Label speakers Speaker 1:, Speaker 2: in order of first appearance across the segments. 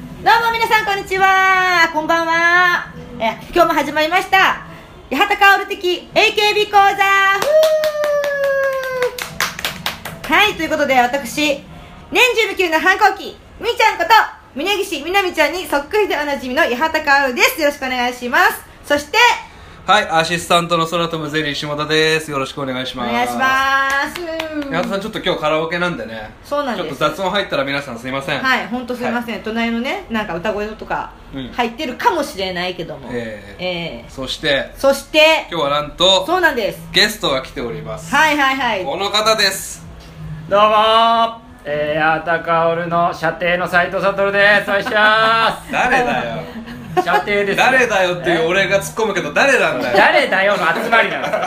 Speaker 1: 皆さんこんにちはこんばんはえ今日も始まりました八幡薫的 AKB 講座ふーはいということで私年中無休の反抗期みーちゃんこと峯岸みなみちゃんにそっくりでおなじみの八幡薫ですよろしくお願いしますそして
Speaker 2: はい、アシスタントの空飛ぶゼリー下田です。よろしくお願いし
Speaker 1: お
Speaker 2: ます。
Speaker 1: 願いします
Speaker 2: 矢田さん、ちょっと今日カラオケなんでね。
Speaker 1: そうなんです
Speaker 2: ちょっと雑音入ったら皆さんすいません。
Speaker 1: はい、本当すみません、隣のね、なんか歌声とか
Speaker 2: うん
Speaker 1: 入ってるかもしれないけども、
Speaker 2: ええ
Speaker 1: ええ
Speaker 2: そして、
Speaker 1: そして、
Speaker 2: 今日はなんと、
Speaker 1: そうなんです、
Speaker 2: ゲストが来ております。
Speaker 1: はいはいはい、
Speaker 2: この方です。
Speaker 3: どうもー、えー、アータカオルの射程の斉藤悟です。お願いし ます。
Speaker 2: 誰だよ。
Speaker 3: 射程です、
Speaker 2: 誰だよっていう俺が突っ込むけど、誰なんだよ。
Speaker 3: 誰だよの集まり なんですよ。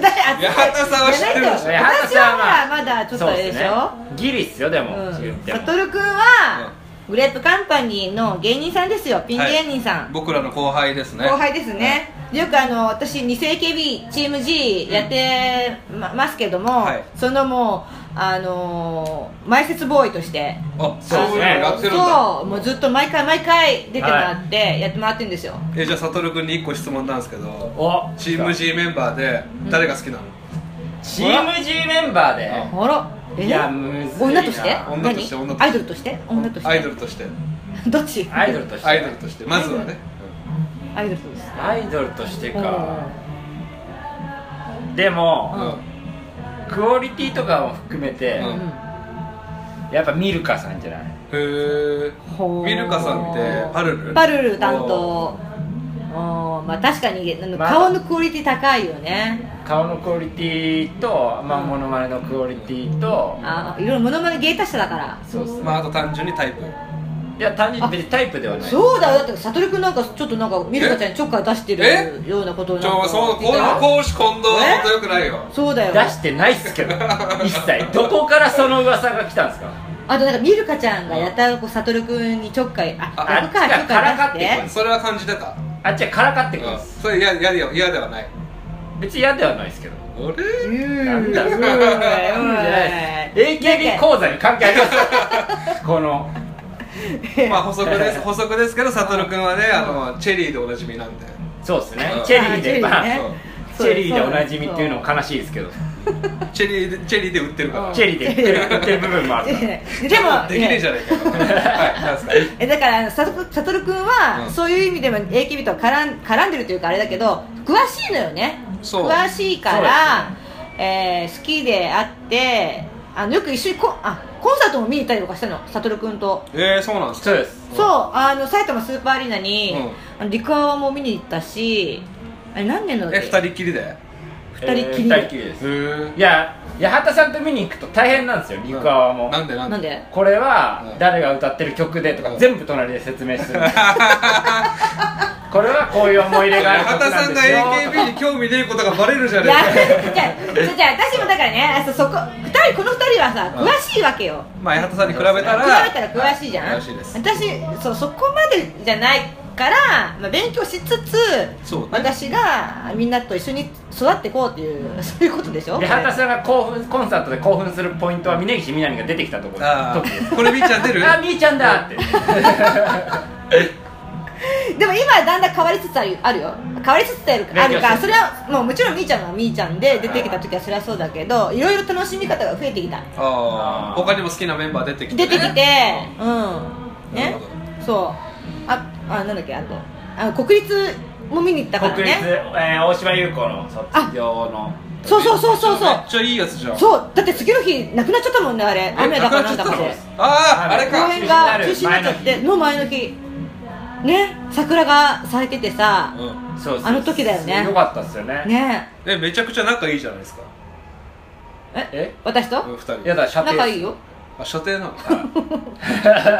Speaker 1: 誰
Speaker 2: 八幡さんは知ってるでしょ
Speaker 1: いやなんか私はまだまだちょっとあれでしょ。
Speaker 3: そうっすねギリっすよ、でも。言って
Speaker 1: うん、
Speaker 3: も
Speaker 1: サトルくんは、グレープカンパニーの芸人さんですよ、ピン芸人さ
Speaker 2: はい
Speaker 1: ん、
Speaker 2: 僕らの後輩ですね。
Speaker 1: 後輩ですね、よくあの私、2世 KB チーム G やってま,、すけども、
Speaker 2: はい
Speaker 1: そのもう、あのー、埋設ボーイとして。
Speaker 2: あ、そ
Speaker 3: そう
Speaker 2: い
Speaker 3: う
Speaker 2: う
Speaker 3: です
Speaker 2: の
Speaker 3: ね
Speaker 2: やってるんだ。
Speaker 1: そうもうずっと毎回毎回出てもらってやってもらってるんですよ、
Speaker 2: え、じゃあ、悟君に一個質問なんですけど、
Speaker 3: お
Speaker 2: チーム G メンバーで、誰が好きなの
Speaker 3: チーム G メンバーで。
Speaker 2: う
Speaker 1: あらえ
Speaker 3: いやむずいな
Speaker 1: 女として
Speaker 2: 女として
Speaker 1: 何
Speaker 2: 女として
Speaker 1: アイドルとして女として
Speaker 2: アイドルとして。
Speaker 1: どっち
Speaker 3: アイドルとして。
Speaker 2: アイドルとして。まずはね。
Speaker 1: アイドルとして
Speaker 3: アイドルとしてか。
Speaker 1: う
Speaker 3: で
Speaker 2: う
Speaker 3: も、
Speaker 2: ん。
Speaker 3: クオリティとかも含めて、
Speaker 2: うん
Speaker 1: ん
Speaker 3: やっぱミルカさんじゃない
Speaker 2: へ
Speaker 1: ほ
Speaker 2: え
Speaker 1: う
Speaker 2: ミルカさんってパルル
Speaker 1: パルル担
Speaker 2: お
Speaker 1: 当おまあ確かにあの
Speaker 3: まあ
Speaker 1: 顔のクオリティ高いよね
Speaker 3: 顔のクオリティと、まあ、モノマネのクオリティと、
Speaker 1: あいろいろものまね芸達者だから
Speaker 3: そうっすね
Speaker 2: まああと単純にタイプ
Speaker 3: いや単純に別にタイプではない
Speaker 1: そうだよだって悟君なんかちょっとなんかミルカちゃんにちょっかい出してる
Speaker 2: え
Speaker 1: ようなことに
Speaker 2: ち
Speaker 1: な
Speaker 2: ょそうこの公私混同は本当よくないよ
Speaker 1: そうだよ
Speaker 3: 出してないっすけど一切どこからその噂が来たんですか
Speaker 1: あとなんかミルカちゃんがやたらこう悟君にちょっかいあ
Speaker 2: あ
Speaker 1: あっかい
Speaker 3: あ
Speaker 1: ちょっかい出
Speaker 3: からかって
Speaker 1: して
Speaker 2: それは感じてた
Speaker 3: あっちはからかってくるん
Speaker 2: うん
Speaker 3: です
Speaker 2: それ嫌嫌でよ嫌ではない
Speaker 3: 別に嫌ではないですけど
Speaker 2: あれ
Speaker 1: うん
Speaker 3: なんだ
Speaker 1: うん
Speaker 3: うん
Speaker 1: うん
Speaker 3: AKB 講座に関係あります この
Speaker 2: まあ補足です 補足ですけどサトルくんはねあのチェリーでおなじみなんで
Speaker 3: そうですね
Speaker 2: うん
Speaker 3: チェリーで
Speaker 1: あ
Speaker 3: ま
Speaker 1: チェリーね
Speaker 3: あ
Speaker 1: そう
Speaker 3: チェリーでおなじみっていうのも悲しいですけど
Speaker 2: チェリーでチェリーで売ってるから
Speaker 1: うん
Speaker 3: チェリーで売ってる売ってる部分もあるから
Speaker 1: そうでも
Speaker 2: できねえじゃ
Speaker 1: ん
Speaker 2: ないかよはいなんすか
Speaker 1: えだからさとさとるくんは、
Speaker 2: うん
Speaker 1: そういう意味でも AKB とは絡ん絡んでるというかあれだけど詳しいのよね
Speaker 2: そう
Speaker 1: 詳しいから、えー好きであってあのよく一緒にコあコンサートも見に行ったりとかしたのさとるくんと
Speaker 2: えーそうなんですか
Speaker 3: そうです
Speaker 1: そうあの埼玉スーパーアリーナに、あのリカワも見に行ったしあれ何年の
Speaker 2: え二人っきりでへ
Speaker 1: 二人っきり
Speaker 3: えー二人っきりです
Speaker 2: え
Speaker 3: いや八幡さんと見に行くと大変なんですよ陸側も
Speaker 2: なんでなん
Speaker 1: なん
Speaker 2: で
Speaker 1: で
Speaker 3: これ
Speaker 2: う
Speaker 3: は
Speaker 2: ん
Speaker 3: 誰が歌ってる曲でと
Speaker 2: う
Speaker 3: か
Speaker 2: ん
Speaker 3: 全部隣で説明す るこれはこういう思い入れがある
Speaker 2: 八
Speaker 3: 曲
Speaker 2: 幡
Speaker 3: な
Speaker 2: さ
Speaker 3: ん
Speaker 2: ん
Speaker 3: で
Speaker 2: が
Speaker 3: すよ
Speaker 2: AKB に興味ねえことがバレるじゃ
Speaker 1: い
Speaker 2: ねえ
Speaker 1: や
Speaker 2: かよ
Speaker 1: じゃあじゃあじゃあ私もだからねそそこ二人この二人はさ
Speaker 2: うん
Speaker 1: 詳しいわけよ、
Speaker 2: まあ八幡さんに比べたら
Speaker 1: 比べたら詳しいじゃん
Speaker 2: 詳しいです
Speaker 1: 私そうそこまでじゃないから、まあ、勉強しつつ
Speaker 2: そうね
Speaker 1: 私がみんなと一緒に育っていこうっていう そういうことでしょ
Speaker 3: で八幡さんが興奮コンサートで興奮するポイントは峯岸みなみが出てきたところ
Speaker 2: あ
Speaker 3: 時です
Speaker 2: あこれみーちゃん出る
Speaker 3: あみーちゃんだって
Speaker 1: でも今はだんだん変わりつつあるあるよ変わりつつあるあるか
Speaker 3: 勉強して
Speaker 1: ら
Speaker 3: る
Speaker 1: それはもうもちろんみーちゃんはみーちゃんで出てきた時はそれはそうだけどいろいろ楽しみ方が増えてきた
Speaker 2: ああ
Speaker 3: あー
Speaker 2: 他にも好きなメンバー出てきて
Speaker 1: 出てきてうん
Speaker 2: なる
Speaker 1: ね
Speaker 2: ほど
Speaker 1: そうああなんだっけあとあ国立も見に行ったから
Speaker 3: 国立、
Speaker 1: ね
Speaker 3: えー大島優子の卒業の
Speaker 1: そうそうそうそう
Speaker 2: め
Speaker 1: そう
Speaker 2: っちゃいいやつじゃんう
Speaker 1: そうだって次の日なくなっちゃったもんねあれ雨だかなんだかで
Speaker 2: あああれ
Speaker 1: 公
Speaker 2: か
Speaker 1: 園が中止になっちゃっての前の日ね桜が咲いててさ
Speaker 2: うん
Speaker 3: そうそう
Speaker 1: あの時だよね
Speaker 3: よかったっすよね
Speaker 1: ね
Speaker 2: えめちゃくちゃ仲いいじゃないですか
Speaker 3: え
Speaker 1: 私と
Speaker 2: 2人
Speaker 3: やだ射程
Speaker 1: 仲いいよ
Speaker 2: あ射程な のい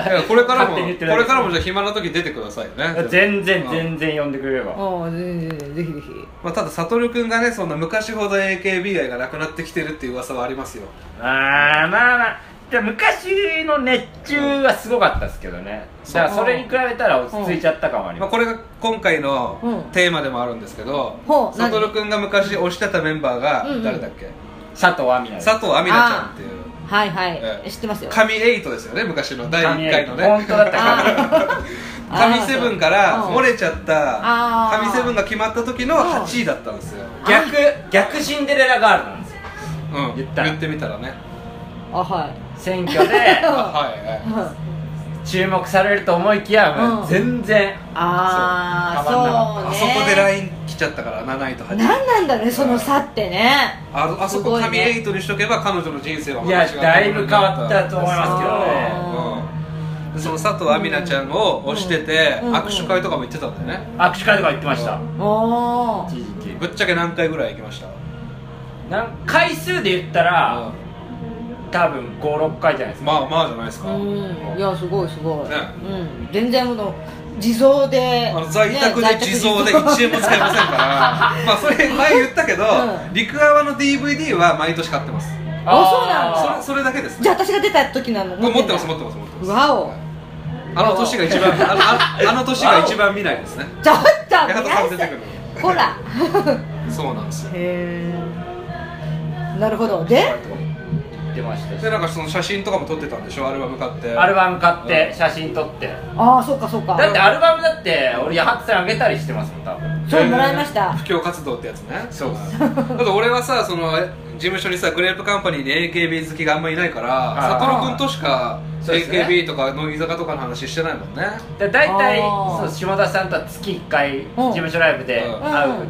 Speaker 2: やこれからもこ
Speaker 3: 勝手に言
Speaker 2: れ
Speaker 3: ってないです
Speaker 2: からもじゃあ暇な時出てくださいよね
Speaker 3: 全然
Speaker 2: うん
Speaker 3: 全然呼んでくれれば
Speaker 1: お全然ぜひぜひ
Speaker 2: まあただ悟君がねそんな昔ほど AKB 愛がなくなってきてるっていう噂はありますよ
Speaker 3: あーまあまあで昔の熱中はすごかったっすけどね
Speaker 2: そう
Speaker 3: だからそれに比べたら落ち着いちゃった感はあり
Speaker 2: まあ
Speaker 3: ま
Speaker 2: こ
Speaker 3: す
Speaker 2: れが今回の
Speaker 1: うん
Speaker 2: テーマでもあるんですけど
Speaker 1: ほう何
Speaker 2: 悟君が昔推してたメンバ
Speaker 1: うん
Speaker 2: ー
Speaker 1: う
Speaker 2: が
Speaker 1: ん
Speaker 2: 誰だっけ
Speaker 3: 佐藤亜美奈です
Speaker 2: 佐藤亜美奈ちゃんっていう
Speaker 1: はいはい
Speaker 2: ええ
Speaker 1: 知ってますよ
Speaker 2: 神エイトですよね昔の第1回のね
Speaker 3: 本当だったら神
Speaker 1: あ
Speaker 2: 神セブンから漏れちゃった
Speaker 1: あー
Speaker 2: 神セブンが決まった時の8位だったんですよ、
Speaker 3: 逆逆シンデレラガールなんですよ
Speaker 2: うん、
Speaker 3: 言った
Speaker 2: 言ってみたらね
Speaker 1: あはい
Speaker 3: 選挙で
Speaker 2: あはいはい
Speaker 1: うん
Speaker 3: 注目されると思いきや、
Speaker 1: うん
Speaker 3: 全然
Speaker 1: あ
Speaker 3: そ
Speaker 1: あ
Speaker 3: う
Speaker 1: そう
Speaker 2: あ
Speaker 1: ね
Speaker 2: そこで LINE 来ちゃったから7位と8位
Speaker 1: 何なんだろうねその差ってね
Speaker 2: ああそこ
Speaker 1: すごい
Speaker 2: 神
Speaker 1: ね
Speaker 2: エイトにしとけば彼女の人生はい
Speaker 3: やだいぶ変わったと思いますけど
Speaker 1: そう
Speaker 3: ね
Speaker 2: うん、その佐藤亜美奈ちゃんを推してて、
Speaker 1: うんうん
Speaker 2: 握手会とかも行ってたんだよね、
Speaker 3: 握手会とか行ってました
Speaker 1: おー
Speaker 3: 一時期
Speaker 2: ぶっちゃけ何回ぐらい行きました
Speaker 3: なん回数で言ったら多分56回じゃないです
Speaker 2: うん
Speaker 3: か
Speaker 2: まあまあじゃないですか、
Speaker 1: うんいやすごいすごい、
Speaker 2: ね
Speaker 1: うん、全然もの自走で
Speaker 2: あの在宅で
Speaker 1: ね
Speaker 2: 自走で1円も使えませんから まあそれ前言ったけど、
Speaker 1: うん
Speaker 2: 陸泡の DVD は毎年買ってます
Speaker 1: あ
Speaker 2: それ
Speaker 3: う
Speaker 2: それだけです
Speaker 1: じゃあ
Speaker 2: ね
Speaker 1: 私が出た時なの
Speaker 2: 持ってます
Speaker 1: んだ
Speaker 2: 持ってます持ってます
Speaker 1: わお
Speaker 2: あの年が一番あのああの年が一番見ないですね
Speaker 1: ちょっと
Speaker 2: 矢幡さん出てくる
Speaker 1: ほら
Speaker 2: そうなんですよ
Speaker 1: へえなるほどで
Speaker 3: なんです出ましたし
Speaker 2: でなんかその写真とかも撮ってたんでしょアルバム買って
Speaker 3: アルバム買って
Speaker 2: うん
Speaker 3: 写真撮って
Speaker 1: ああそうかそうか
Speaker 3: だってアルバムだって俺八幡さんあげたりしてますもん多分
Speaker 1: それもらいました、
Speaker 2: 布教活動ってやつねそうだって俺はさその事務所にさグレープカンパニーで AKB 好きがあんまいないから
Speaker 3: あー
Speaker 2: 悟君としか
Speaker 3: そうですね
Speaker 2: AKB とか乃木坂とかの話してないもんね
Speaker 3: で大体
Speaker 1: あー
Speaker 3: そう島田さんとは月1回事務所ライブで
Speaker 2: うん
Speaker 3: 会う、
Speaker 1: うん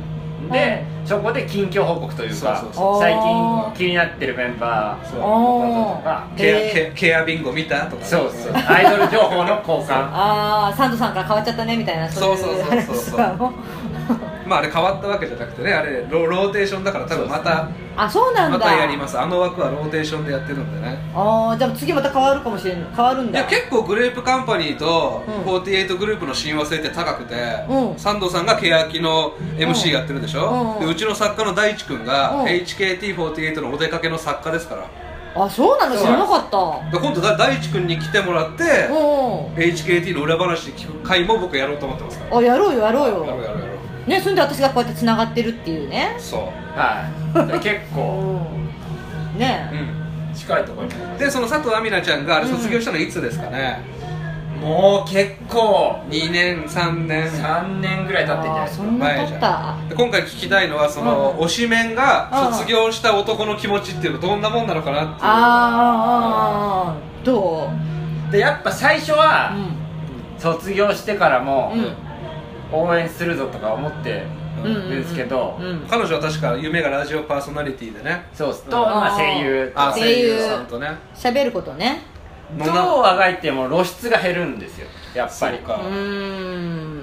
Speaker 3: でそこで近況報告というか
Speaker 2: そうそう
Speaker 1: そう
Speaker 3: 最
Speaker 1: あ
Speaker 3: 近
Speaker 1: ー
Speaker 3: 気になってるメンバー
Speaker 2: そう
Speaker 3: と
Speaker 1: あ
Speaker 3: か
Speaker 1: ー
Speaker 2: ケア
Speaker 1: へ
Speaker 2: ケケアビンゴ見たとか
Speaker 3: そうそうアイドル情報の交 換
Speaker 1: ああサンドさんから変わっちゃったねみたいない
Speaker 2: そうそうそうそう
Speaker 1: 話とかも
Speaker 2: まああれ変わったわけじゃなくてねあれロローテーションだから多分また
Speaker 1: あそうなんだ
Speaker 2: またやりますあの枠はローテーションでやってるんでね
Speaker 1: ああじゃあ次また変わるかもしれない変わるん
Speaker 2: い
Speaker 1: だ
Speaker 2: や結構グレープカンパニーと
Speaker 1: うん
Speaker 2: 48グループの親和性って高くて、
Speaker 1: うん
Speaker 2: サンドさんがケヤキの
Speaker 1: うん
Speaker 2: MC やってるでしょ、
Speaker 1: うんうん
Speaker 2: でうちの作家の大地君が、
Speaker 1: うん
Speaker 2: HKT48 のお出かけの作家ですからだ
Speaker 1: あそうなんだ知
Speaker 2: そう
Speaker 1: らなかった
Speaker 2: 今度だ大地君に来てもらって、
Speaker 1: うん
Speaker 2: HKT の裏話聞く回も僕やろうと思ってますから
Speaker 1: あやろうよやろう
Speaker 2: やろ
Speaker 1: よ
Speaker 2: うやろうやろう
Speaker 1: ねそんで私がこうやってつながってるっていうね
Speaker 2: そ
Speaker 3: はいで結
Speaker 1: う
Speaker 3: 構
Speaker 1: ん
Speaker 2: う、
Speaker 1: ね
Speaker 3: 近いところに
Speaker 2: でその佐藤亜美奈ちゃんがあれ卒業したのいつですかね、
Speaker 3: もう結構
Speaker 2: 2年3年
Speaker 3: 3年ぐらい経ってんじゃな
Speaker 1: あ
Speaker 3: い
Speaker 1: ー
Speaker 3: です
Speaker 1: そ
Speaker 3: か
Speaker 1: んな
Speaker 2: 前
Speaker 1: 経
Speaker 2: じ
Speaker 1: っ
Speaker 2: ゃ
Speaker 1: た
Speaker 2: んで今回聞きたいのはその、
Speaker 1: うん
Speaker 2: 推しメンが卒業した男の気持ちっていうのはどんなもんなのかなっていう
Speaker 1: あーあーあーあーどう
Speaker 3: でやっぱ最初は
Speaker 1: う
Speaker 3: 卒業してからも
Speaker 1: ん
Speaker 3: 応援するぞとか思って
Speaker 1: うんうんうん
Speaker 3: るんですけど
Speaker 1: うんうん
Speaker 2: 彼女は確か夢がラジオパーソナリティでね
Speaker 3: そうすと
Speaker 2: うん
Speaker 3: まあ声優と
Speaker 2: あ
Speaker 3: か
Speaker 1: ー
Speaker 2: 声優さんとね
Speaker 1: 喋ることね
Speaker 3: どうあがいても露出が減るんですよやっぱり
Speaker 2: そう
Speaker 1: う
Speaker 2: か
Speaker 1: ー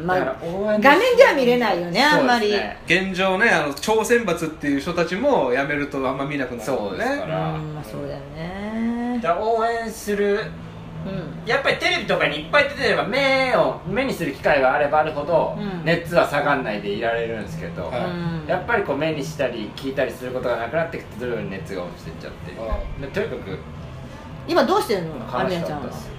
Speaker 1: んま
Speaker 3: だから
Speaker 1: あ
Speaker 3: 応
Speaker 1: 画
Speaker 3: 援
Speaker 1: 面では見れないよねあんまり
Speaker 3: そうですね
Speaker 2: 現状ねあの超選抜っていう人たちも辞めるとあんま見なくなるもん
Speaker 3: そうですか
Speaker 1: う
Speaker 3: ら
Speaker 2: ね
Speaker 1: んまあそうだよね
Speaker 3: だから応援する
Speaker 1: うん
Speaker 3: やっぱりテレビとかにいっぱい出てれば目を目にする機会があればあるほど
Speaker 1: うん
Speaker 3: 熱は下がらないでいられるんですけど、
Speaker 2: は
Speaker 1: うん
Speaker 3: やっぱりこう目にしたり聞いたりすることがなくなってきて徐々に熱が落ちてっちゃって
Speaker 2: あ
Speaker 3: でとにかく
Speaker 1: 今どうしてるのアミ
Speaker 3: 話
Speaker 1: ナ
Speaker 3: し
Speaker 1: ち
Speaker 3: ち
Speaker 1: ゃ
Speaker 3: ゃっ
Speaker 1: んは
Speaker 3: たですよ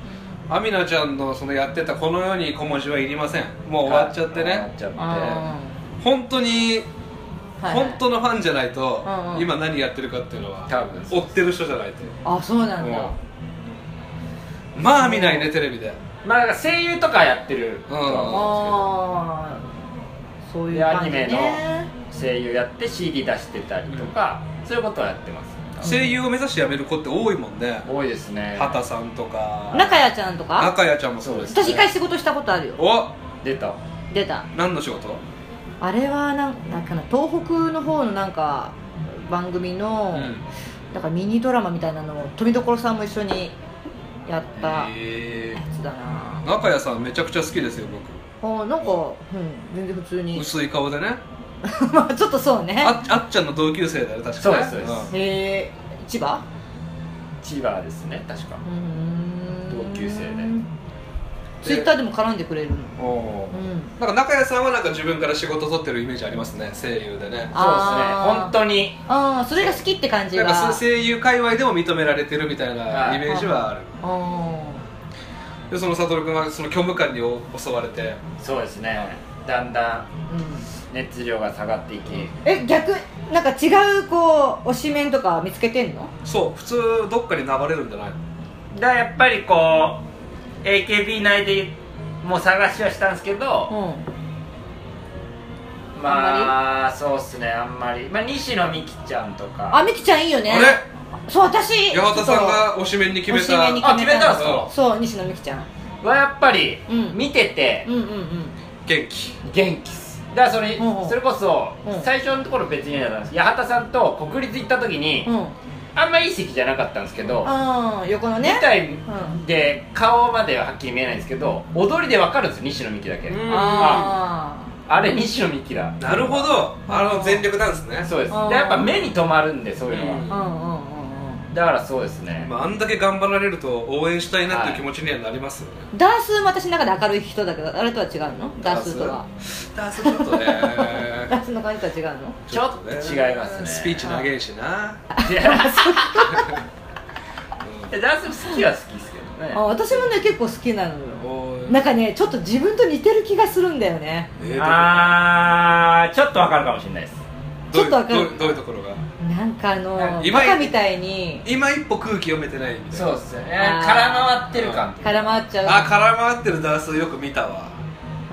Speaker 2: アミナちゃんのそのやってたこの世に小文字はいりませんもう終わっちゃって
Speaker 3: 終わ
Speaker 2: ね
Speaker 3: っちゃって
Speaker 1: あ
Speaker 2: 本当に
Speaker 1: ーはいはい
Speaker 2: 本当のファンじゃないと、
Speaker 1: うんうん
Speaker 2: 今何やってるかっていうのは
Speaker 3: 多分
Speaker 2: 追ってる人じゃないと
Speaker 1: あそうなんだ
Speaker 2: うんまあ見ないねテレビで
Speaker 3: まあだから声優とかやってるとは
Speaker 1: あーそう
Speaker 3: 思うん
Speaker 1: いう
Speaker 3: ですけどでア
Speaker 1: 感
Speaker 3: ニ
Speaker 1: じ
Speaker 3: メ
Speaker 1: ね
Speaker 3: の声優やって CD 出してたりとか、そういうことはやってます
Speaker 2: 声優を目指して辞める子って多いもんね
Speaker 3: 多いですね
Speaker 2: 畑さんとか
Speaker 1: 中谷ちゃんとか
Speaker 2: 中谷ちゃんもそうです、ね、
Speaker 1: 私一回仕事したことあるよ
Speaker 2: お
Speaker 3: 出た
Speaker 1: 出た
Speaker 2: 何の仕事
Speaker 1: あれはなんなんかな東北の方のなんか番組の、だからミニドラマみたいなのを富所さんも一緒にやったや
Speaker 2: えー
Speaker 1: つだな、
Speaker 2: 中谷さんめちゃくちゃ好きですよ僕
Speaker 1: あなんか、うん、全然普通に
Speaker 2: 薄い顔でね
Speaker 1: まあちょっとそうね
Speaker 2: ああっちゃんの同級生だよね確かね
Speaker 3: そうですそうです
Speaker 1: へえ千葉
Speaker 3: 千葉ですね確か
Speaker 1: うーん
Speaker 3: 同級生で
Speaker 1: ツイッターでも絡んでくれるの
Speaker 2: うんおー
Speaker 1: うん
Speaker 2: なんか中谷さんはなんか自分から仕事取ってるイメージありますね声優でね
Speaker 3: そうですね
Speaker 1: あー
Speaker 3: 本当に
Speaker 1: ああそれが好きって感じ
Speaker 2: な
Speaker 1: が
Speaker 2: んか声優界隈でも認められてるみたい
Speaker 3: は
Speaker 2: ないイメージはある
Speaker 1: あ
Speaker 2: でその悟君がその虚無感に襲われて
Speaker 3: そうですねだんだん
Speaker 1: あうん
Speaker 3: 熱量が下がっていき
Speaker 1: え逆なんか違うこう推しメンとか見つけてんの
Speaker 2: そう普通どっかに流れるんじゃないの
Speaker 3: だからやっぱりこう AKB 内でもう探しはしたんですけど、
Speaker 1: う
Speaker 3: まあそうっすねあんまり、まあ、西野美紀ちゃんと
Speaker 1: ん、あ
Speaker 3: か
Speaker 1: みきちゃんいいよね
Speaker 2: あれ
Speaker 1: そう私
Speaker 2: 八幡さんが推しメンに決め
Speaker 1: 推しメンに
Speaker 2: た
Speaker 3: あ決めたんすか
Speaker 1: そう西野みきちゃん
Speaker 3: はやっぱり
Speaker 1: うん
Speaker 3: 見てて
Speaker 1: うんうんうん
Speaker 2: 元気
Speaker 3: 元気っすだからそれ,、
Speaker 1: うんうん
Speaker 3: それこそ、
Speaker 1: うん
Speaker 3: 最初のところ別にだったんです八幡さんと国立行った時に、
Speaker 1: うん
Speaker 3: あんまいい席じゃなかったんですけど、
Speaker 1: あー横のね
Speaker 3: 舞台で顔までははっきり見えないんですけど踊りでわかるんですよ西野美紀だけ、
Speaker 2: うん
Speaker 1: あ
Speaker 3: あれ西野美紀だ
Speaker 2: なるほどあの全力なんですね
Speaker 3: そうです
Speaker 1: あー
Speaker 3: でやっぱ目に留まるんでそういうのは、
Speaker 2: う
Speaker 1: あうんうんうんうん
Speaker 3: だからそうですね、
Speaker 2: まあ、あんだけ頑張られると応援したいなっていう気持ちにはなりますよね、
Speaker 1: ダンスも私の中で明るい人だけどあれとは違うのダンスとは
Speaker 2: ダンスちょっとね
Speaker 1: ダ ンスの感じとは違うの
Speaker 3: ちょっと違いますね
Speaker 2: スピーチ長いしな、
Speaker 3: いやいやダンス好きは好きですけどね
Speaker 1: あ私もね結構好きなの
Speaker 2: うん、
Speaker 1: よ
Speaker 2: おー
Speaker 1: なんかねちょっと自分と似てる気がするんだよね
Speaker 2: えー
Speaker 3: あーちょっとわかるかもしれないです
Speaker 2: ど
Speaker 1: ち
Speaker 2: う
Speaker 1: ょっとわかる
Speaker 2: どうどういうところが
Speaker 1: なんかあの
Speaker 3: はい
Speaker 1: バカみたいに
Speaker 2: 今一歩空気読めてないみたいな
Speaker 3: そうですよね
Speaker 1: あー
Speaker 3: 空回ってる感
Speaker 1: 絡まっちゃう
Speaker 2: あ空回ってるダンスよく見たわ、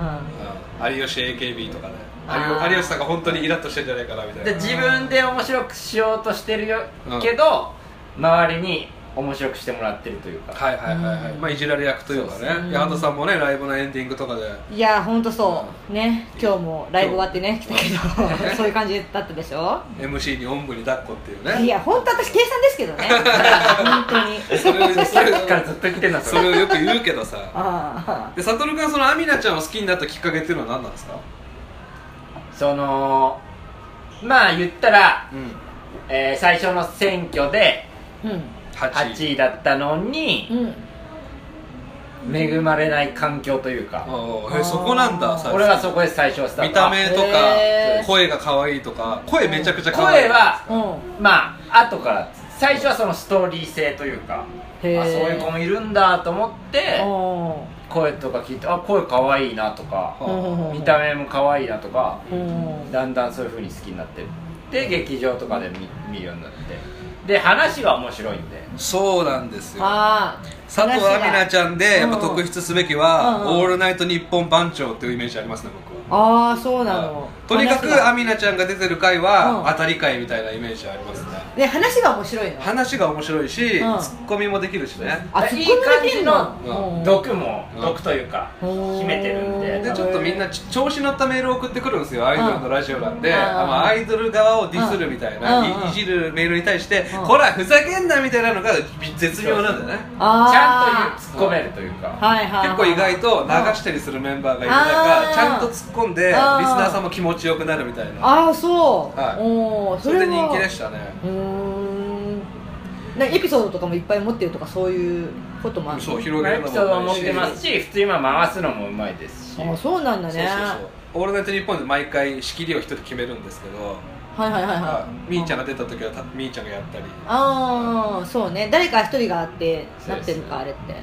Speaker 1: うん
Speaker 2: うん、有吉 AKB とかね
Speaker 1: あー
Speaker 2: 有有吉さんが本当にイラッとしてんじゃないかなみたい
Speaker 3: で
Speaker 2: な
Speaker 3: 自分で面白くしようとしてるよ、
Speaker 2: うん
Speaker 3: けど周りに面白くしてもらってるというか、
Speaker 2: はいはいはいはい、
Speaker 1: うん
Speaker 2: まあいじられ役というかね
Speaker 3: そう
Speaker 1: ですね
Speaker 2: 八幡さんもねライブのエンディングとかで
Speaker 1: いやほんとそうね今日もライブ終わってね来たけ どそういう感じだったでしょ
Speaker 2: MC におんぶに抱っこっていうね
Speaker 1: いや本当私計算ですけど ね本当に
Speaker 2: それをそ
Speaker 3: さっ
Speaker 2: れ
Speaker 3: き
Speaker 2: を
Speaker 3: からずっと来てるなそ
Speaker 2: そ
Speaker 3: れ
Speaker 2: れをよく言うけどさ
Speaker 1: あ
Speaker 2: で悟君がそのアミナちゃんを好きになったきっかけっていうのは何なんですか
Speaker 3: そのまあ言ったら、
Speaker 2: うん
Speaker 3: えー最初の選挙で
Speaker 1: あうん
Speaker 3: 8位だったのに
Speaker 1: うん
Speaker 3: 恵まれない環境というか
Speaker 2: ああえそこなんだ最初
Speaker 3: 俺はそこで最初はスタート
Speaker 2: 見た目とか
Speaker 1: へー
Speaker 2: 声が可愛いとか声めちゃくちゃ可愛い
Speaker 3: 声は
Speaker 1: うん
Speaker 3: まあ後から最初はそのストーリー性というかあそう
Speaker 1: へー
Speaker 3: いう子もいるんだと思って
Speaker 1: お
Speaker 3: 声とか聞いてあ声可愛いなとか
Speaker 1: ーうん
Speaker 3: 見た目も可愛いなとか
Speaker 1: うん
Speaker 3: だんだんそういう風に好きになってで劇場とかで見見るようになってで話が面白いんで
Speaker 2: そうなんですよ
Speaker 1: ああ
Speaker 2: 佐藤アミナちゃんでやっぱ特筆すべきは「
Speaker 1: うんうん
Speaker 2: オールナイトニッポン番長」っていうイメージありますね僕は
Speaker 1: ああそうなの
Speaker 2: とにか
Speaker 1: 話
Speaker 2: く
Speaker 1: が
Speaker 2: アミナちゃんが出てる回
Speaker 1: うん
Speaker 2: は当たり回みたいなイメージありますね
Speaker 1: ね話が面白いの
Speaker 2: 話が面白いしツ
Speaker 1: うん
Speaker 2: ッコミもできるしね
Speaker 1: あ
Speaker 3: いい
Speaker 1: 突っ込ん
Speaker 3: 感
Speaker 1: でき
Speaker 3: じ
Speaker 1: ん
Speaker 3: の
Speaker 1: の
Speaker 3: 毒も
Speaker 2: うん
Speaker 3: 毒というか
Speaker 1: うん
Speaker 3: 秘めてるん
Speaker 1: うん
Speaker 3: で
Speaker 2: でちょっとみんなち調子乗ったメールを送ってくるんですよアイドルのラジオなんで、
Speaker 1: うん
Speaker 2: あまあアイドル側をディスるみたいな、
Speaker 1: うんうん
Speaker 2: いいじるメールに対して、
Speaker 1: うん
Speaker 2: ほらふざけんなみたいなのが絶妙なんだよね
Speaker 3: ち
Speaker 1: ああ
Speaker 3: ゃんと突っ込めるというか
Speaker 1: はいはい
Speaker 2: 結構意外と流したりするメンバーがいる中
Speaker 1: うん
Speaker 2: ちゃんと突っ込んで
Speaker 1: うん
Speaker 2: リスナーさんも気持ちよくなるみたいな
Speaker 1: ああそう、
Speaker 2: はい
Speaker 1: おー
Speaker 2: それで人気で
Speaker 1: し
Speaker 2: したね
Speaker 1: うーんなんかエピソードとかもいっぱい持ってるとかそういうこともあるの
Speaker 2: そう広
Speaker 3: まあ
Speaker 2: げ
Speaker 3: エ
Speaker 2: る
Speaker 3: ピ
Speaker 2: の
Speaker 3: ソードも
Speaker 2: も
Speaker 3: 持ってますし普通に今回すのもうまいですし
Speaker 1: あーそうなんだ
Speaker 2: そう
Speaker 1: ね
Speaker 2: そうそうオールナイトニッポンで毎回仕切りを一人決めるんですけど、
Speaker 1: はいはいはいはい、
Speaker 2: はいみーちゃんが出た時はたみーちゃんがやったり
Speaker 1: ああそうね誰か一人があってなってるのかあ
Speaker 3: そう
Speaker 1: れって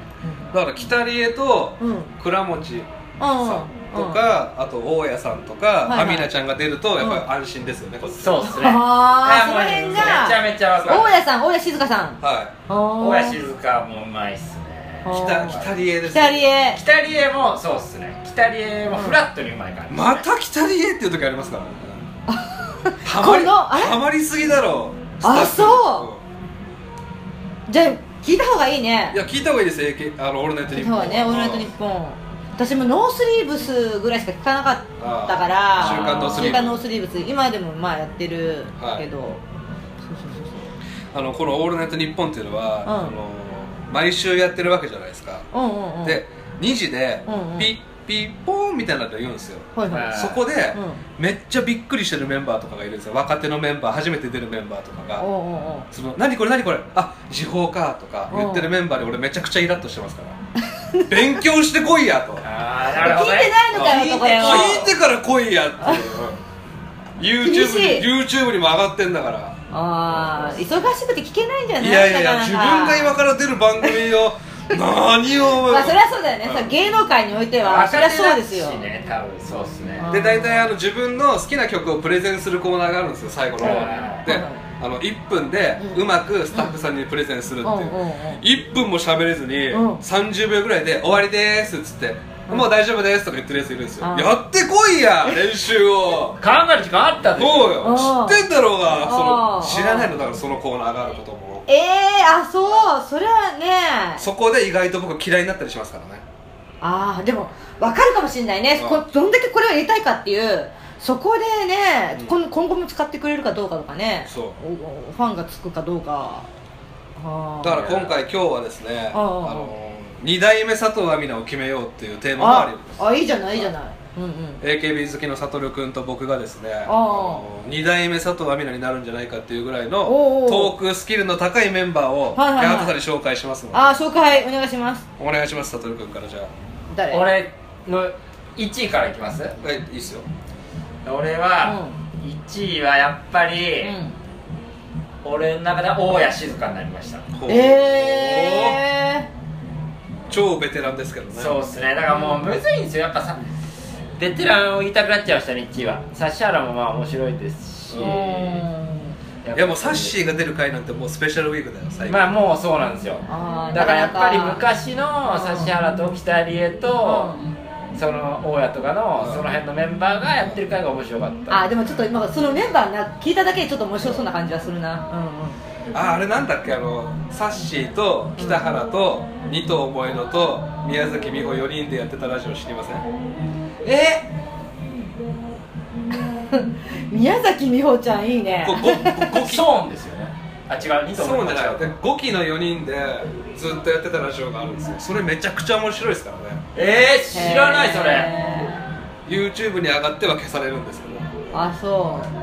Speaker 2: だから北里江と
Speaker 1: うんうん
Speaker 2: 倉持さ
Speaker 1: あ
Speaker 2: んとか、あと大家さんとか、
Speaker 1: はいはい
Speaker 2: アミナちゃんが出るとやっぱり安心ですよね、こっち
Speaker 3: そうっすね
Speaker 1: あー
Speaker 3: いやもう
Speaker 1: その辺
Speaker 3: め
Speaker 1: が
Speaker 3: ちゃめちゃわかる
Speaker 1: 大家さん大家静香さん
Speaker 2: は
Speaker 1: 大
Speaker 3: 大家静香もうまいっすね
Speaker 2: い北北里江です
Speaker 1: 北里江
Speaker 3: 北里江もそうっすね北里江もフラットにうまい感じ
Speaker 2: また北里江っていう時ありますから ねハ
Speaker 1: こ
Speaker 2: マり
Speaker 1: のあれ
Speaker 2: ハマりすぎだろ
Speaker 1: あ
Speaker 2: スタッフ
Speaker 1: そじゃあ聞いた方がいいね
Speaker 2: うんいや聞いた方がいいですよ AK あのオールナイト
Speaker 1: 聞
Speaker 2: ニ
Speaker 1: い
Speaker 2: ッ
Speaker 1: た
Speaker 2: ポン
Speaker 1: 方がね「オールナイトニッポン」私もノースリーブスぐらいしか聞かなかったから
Speaker 2: あー週刊ノースリーブ
Speaker 1: 週刊ノースリーブス今でもまあやってるけど、そうそうそう
Speaker 2: あのこの「オールナイトニッポン」っていうのは、
Speaker 1: うん
Speaker 2: あの毎週やってるわけじゃないですか、
Speaker 1: そううんうんうん
Speaker 2: で2時で
Speaker 1: うんうん
Speaker 2: ピッピッポーンみたいなのが言うんですよ
Speaker 1: はいはい
Speaker 3: あー
Speaker 2: そこで、
Speaker 1: うん
Speaker 2: めっちゃびっくりしてるメンバーとかがいるんですよ若手のメンバー初めて出るメンバーとか
Speaker 1: おう
Speaker 2: が
Speaker 1: おうおう
Speaker 2: その何これ何これあ時報かとか言ってるメンバーで俺めちゃくちゃイラッとしてますから勉強してこいやと
Speaker 3: あーなる
Speaker 1: 聞
Speaker 3: ほ
Speaker 1: いて
Speaker 3: どね
Speaker 1: ないのか
Speaker 2: 聞い
Speaker 1: よ
Speaker 2: て
Speaker 1: とかよ
Speaker 2: 聞いてから来い やっていう
Speaker 1: 厳し
Speaker 2: YouTube,
Speaker 1: い
Speaker 2: に YouTube にも上がってんだから
Speaker 1: ああ忙しくて聞けないんじゃない
Speaker 2: いやいやいや
Speaker 1: な
Speaker 2: 自
Speaker 1: か
Speaker 2: 分
Speaker 1: なか
Speaker 2: が今から出る番組 を何をお
Speaker 1: まあ
Speaker 2: 前
Speaker 1: そりゃそうだよね、
Speaker 2: うん
Speaker 1: さ芸能界においてはそりゃそうですよ、
Speaker 3: 若手だしね多分そうっすね
Speaker 1: あ
Speaker 2: で大体あの自分の好きな曲をプレゼンするコーナーがあるんですよ最後の方
Speaker 3: はい
Speaker 2: で
Speaker 1: はい
Speaker 2: あの1分で
Speaker 1: うん
Speaker 2: うまくスタッフさんにプレゼンするってい
Speaker 1: う
Speaker 2: う
Speaker 1: んうんうん
Speaker 2: 1分も喋れずに
Speaker 1: うん
Speaker 2: 30秒ぐらいで「終わりです」っつってもう大丈夫です」とか言ってるやついるんですよ
Speaker 1: あ
Speaker 2: 「
Speaker 1: ー
Speaker 2: やってこい や練習を」
Speaker 3: 考える時間あったでしょ
Speaker 2: そう
Speaker 1: あー
Speaker 2: よ知ってんだろうがそ
Speaker 1: あ
Speaker 2: の
Speaker 1: ー
Speaker 2: 知らないのだからそのコーナーがあることも
Speaker 1: えー、あそうそれはね
Speaker 2: そこで意外と僕嫌いになったりしますからね
Speaker 1: ああでも分かるかもしれないね
Speaker 2: うん
Speaker 1: こどんだけこれを入れたいかっていうそこでね、
Speaker 2: うん
Speaker 1: こん今後も使ってくれるかどうかとかね
Speaker 2: そう
Speaker 1: おおファンがつくかどうかあー
Speaker 2: だから今回今日はですね
Speaker 1: あ
Speaker 2: あ
Speaker 1: ー
Speaker 2: の2代目佐藤亜美奈を決めようっていうテーマもあり
Speaker 1: あ
Speaker 2: ます
Speaker 1: あいいじゃないいいじゃない、うんうん
Speaker 2: AKB 好きの悟君と僕がですねあ
Speaker 1: ー
Speaker 2: の2代目佐藤亜美奈になるんじゃないかっていうぐらいの
Speaker 1: おー
Speaker 2: トークスキルの高いメンバーを
Speaker 1: はいはいはい
Speaker 2: 八幡さんに紹介しますので
Speaker 1: ああ紹介お願いします
Speaker 2: お願いします悟君からじゃあ
Speaker 1: 誰
Speaker 3: 俺の1位からいきます
Speaker 2: はいいいっすよ
Speaker 3: 俺は1位はやっぱり
Speaker 1: う
Speaker 3: 俺の中では大家静かになりました
Speaker 2: ほ
Speaker 1: ん
Speaker 2: う
Speaker 1: え
Speaker 2: 超ベテランですけどね
Speaker 3: そうっすねだからもうむずいんですよやっぱさベテランを言いたくなっちゃいましたね1位は指原もまあ面白いですし
Speaker 1: ー
Speaker 2: う
Speaker 1: うん
Speaker 3: やっぱ
Speaker 2: いやもうサッシーが出る回なんてもうスペシャルウィークだよ最近、
Speaker 3: まあもうそうなんですよ
Speaker 1: あー
Speaker 3: だからやっぱり
Speaker 1: なかなか
Speaker 3: 昔の指原と北理恵とその大家とか
Speaker 2: う
Speaker 3: の
Speaker 2: ん
Speaker 3: その辺のメンバーがやってる回が面白かった
Speaker 1: あーでもちょっと今そのメンバーな聞いただけでちょっと面白そうな感じはするなうんうん
Speaker 2: ああれなんだっけあのサッシーと北原と二頭萌えのと宮崎美穂4人でやってたラジオ知りませんえ
Speaker 1: 宮崎美穂ちゃんいいね
Speaker 2: こうごごごき
Speaker 3: ソーンですよねあ違う2と
Speaker 2: そうじゃない
Speaker 3: 違う
Speaker 2: で5期の4人でずっとやってたラジオがあるんですよそれめちゃくちゃ面白いですからね
Speaker 3: えー、知らないそれ
Speaker 1: へ
Speaker 2: YouTube に上がっては消されるんですけど
Speaker 1: ーあ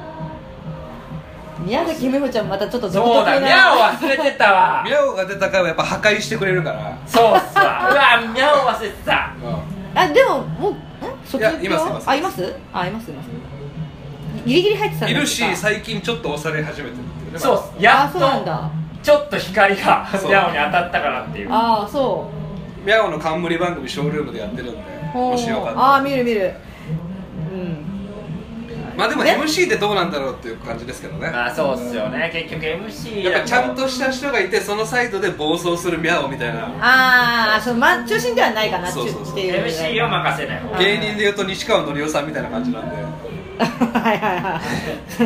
Speaker 1: そう宮崎美穂ちゃんまたちょっと独
Speaker 3: そう
Speaker 1: 特
Speaker 3: だ
Speaker 1: な
Speaker 3: ミャオ忘れてたわ
Speaker 2: ミャオが出た回はやっぱ破壊してくれるから
Speaker 3: そうっすわうわミャオ忘れてた
Speaker 2: う
Speaker 1: あでももうん卒業
Speaker 2: いやいますいます
Speaker 1: あいますあいますいますギリギリ入ってた
Speaker 2: ん
Speaker 1: ん
Speaker 2: い
Speaker 1: だ
Speaker 2: るし最近ちょっと押され始めてるっていうね
Speaker 3: そうっすや
Speaker 1: あ
Speaker 3: っ
Speaker 1: そうなん
Speaker 3: と
Speaker 1: だ
Speaker 3: ちょっと光がミ
Speaker 2: そう
Speaker 3: ャオに当たったからっていう
Speaker 1: ああそう
Speaker 2: ミャオの冠番組ショールームでやってるんで
Speaker 1: ほう
Speaker 2: もしよかったら
Speaker 1: ああ見る見るうん
Speaker 2: まあでも
Speaker 1: ね
Speaker 2: MC ってどうなんだろうっていう感じですけどね
Speaker 3: まあそうっすよね結局 MC
Speaker 2: やっぱちゃんとした人がいてそのサイドで暴走するミャオみたいな
Speaker 1: ああその、ま、中心ではないかな
Speaker 2: そうそうそう
Speaker 1: っていう
Speaker 3: MC を任せない方が
Speaker 2: 芸人でいうと西川のりおさんみたいな感じなんで
Speaker 1: はいはいはい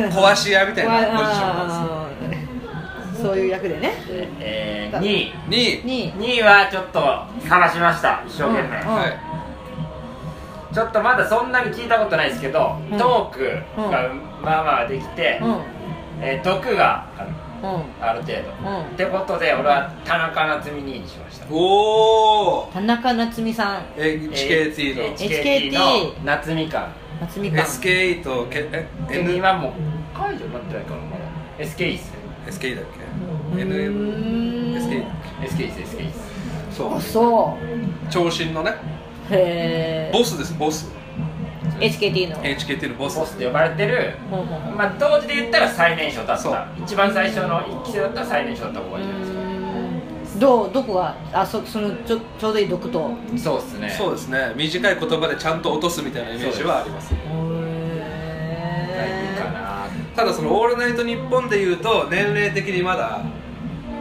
Speaker 2: 壊し屋みたいなポジションなんで
Speaker 1: あーそういう役でね
Speaker 3: えー、2位
Speaker 2: すに
Speaker 1: に
Speaker 3: 2位はちょっと探しました一生懸命、
Speaker 1: うん
Speaker 2: はい
Speaker 3: ちょっとまだそんなに聞いたことないですけど、
Speaker 1: うん
Speaker 3: トークがまあまあできて、
Speaker 1: うんうん
Speaker 3: えー毒があるある程度、
Speaker 1: うん
Speaker 3: ってことで俺は田中夏実2位にしました
Speaker 2: おお
Speaker 1: 田中夏実さん
Speaker 2: HKT
Speaker 3: えー
Speaker 2: の
Speaker 3: HKT の夏実感
Speaker 1: 夏実か
Speaker 2: SKE とけえ
Speaker 3: で
Speaker 2: N
Speaker 3: 今もう解除になってないからまだ SKE っすね
Speaker 2: SKE だっ
Speaker 1: う
Speaker 2: け NM
Speaker 1: ーん
Speaker 2: SKE
Speaker 3: SKE っす SKE っす
Speaker 2: そ
Speaker 1: あ
Speaker 2: う
Speaker 1: そう
Speaker 2: 長身のね
Speaker 1: へえ
Speaker 2: ボスですボス
Speaker 1: HKT の
Speaker 2: HKT のボス
Speaker 3: ボスって呼ばれてる
Speaker 1: ほうほうほう
Speaker 3: まあ当時で言ったら最年少だっ
Speaker 2: そう
Speaker 3: た一番最初の1期生だったら最年少だった方がいいじゃないですか
Speaker 1: どうどこがあそそのちょちょうどいい毒と
Speaker 3: そうっすね
Speaker 2: そうですね短い言葉でちゃんと落とすみたいなイメージはあります
Speaker 3: がいいかな
Speaker 2: ただその「オールナイトニッポン」でいうと年齢的にまだ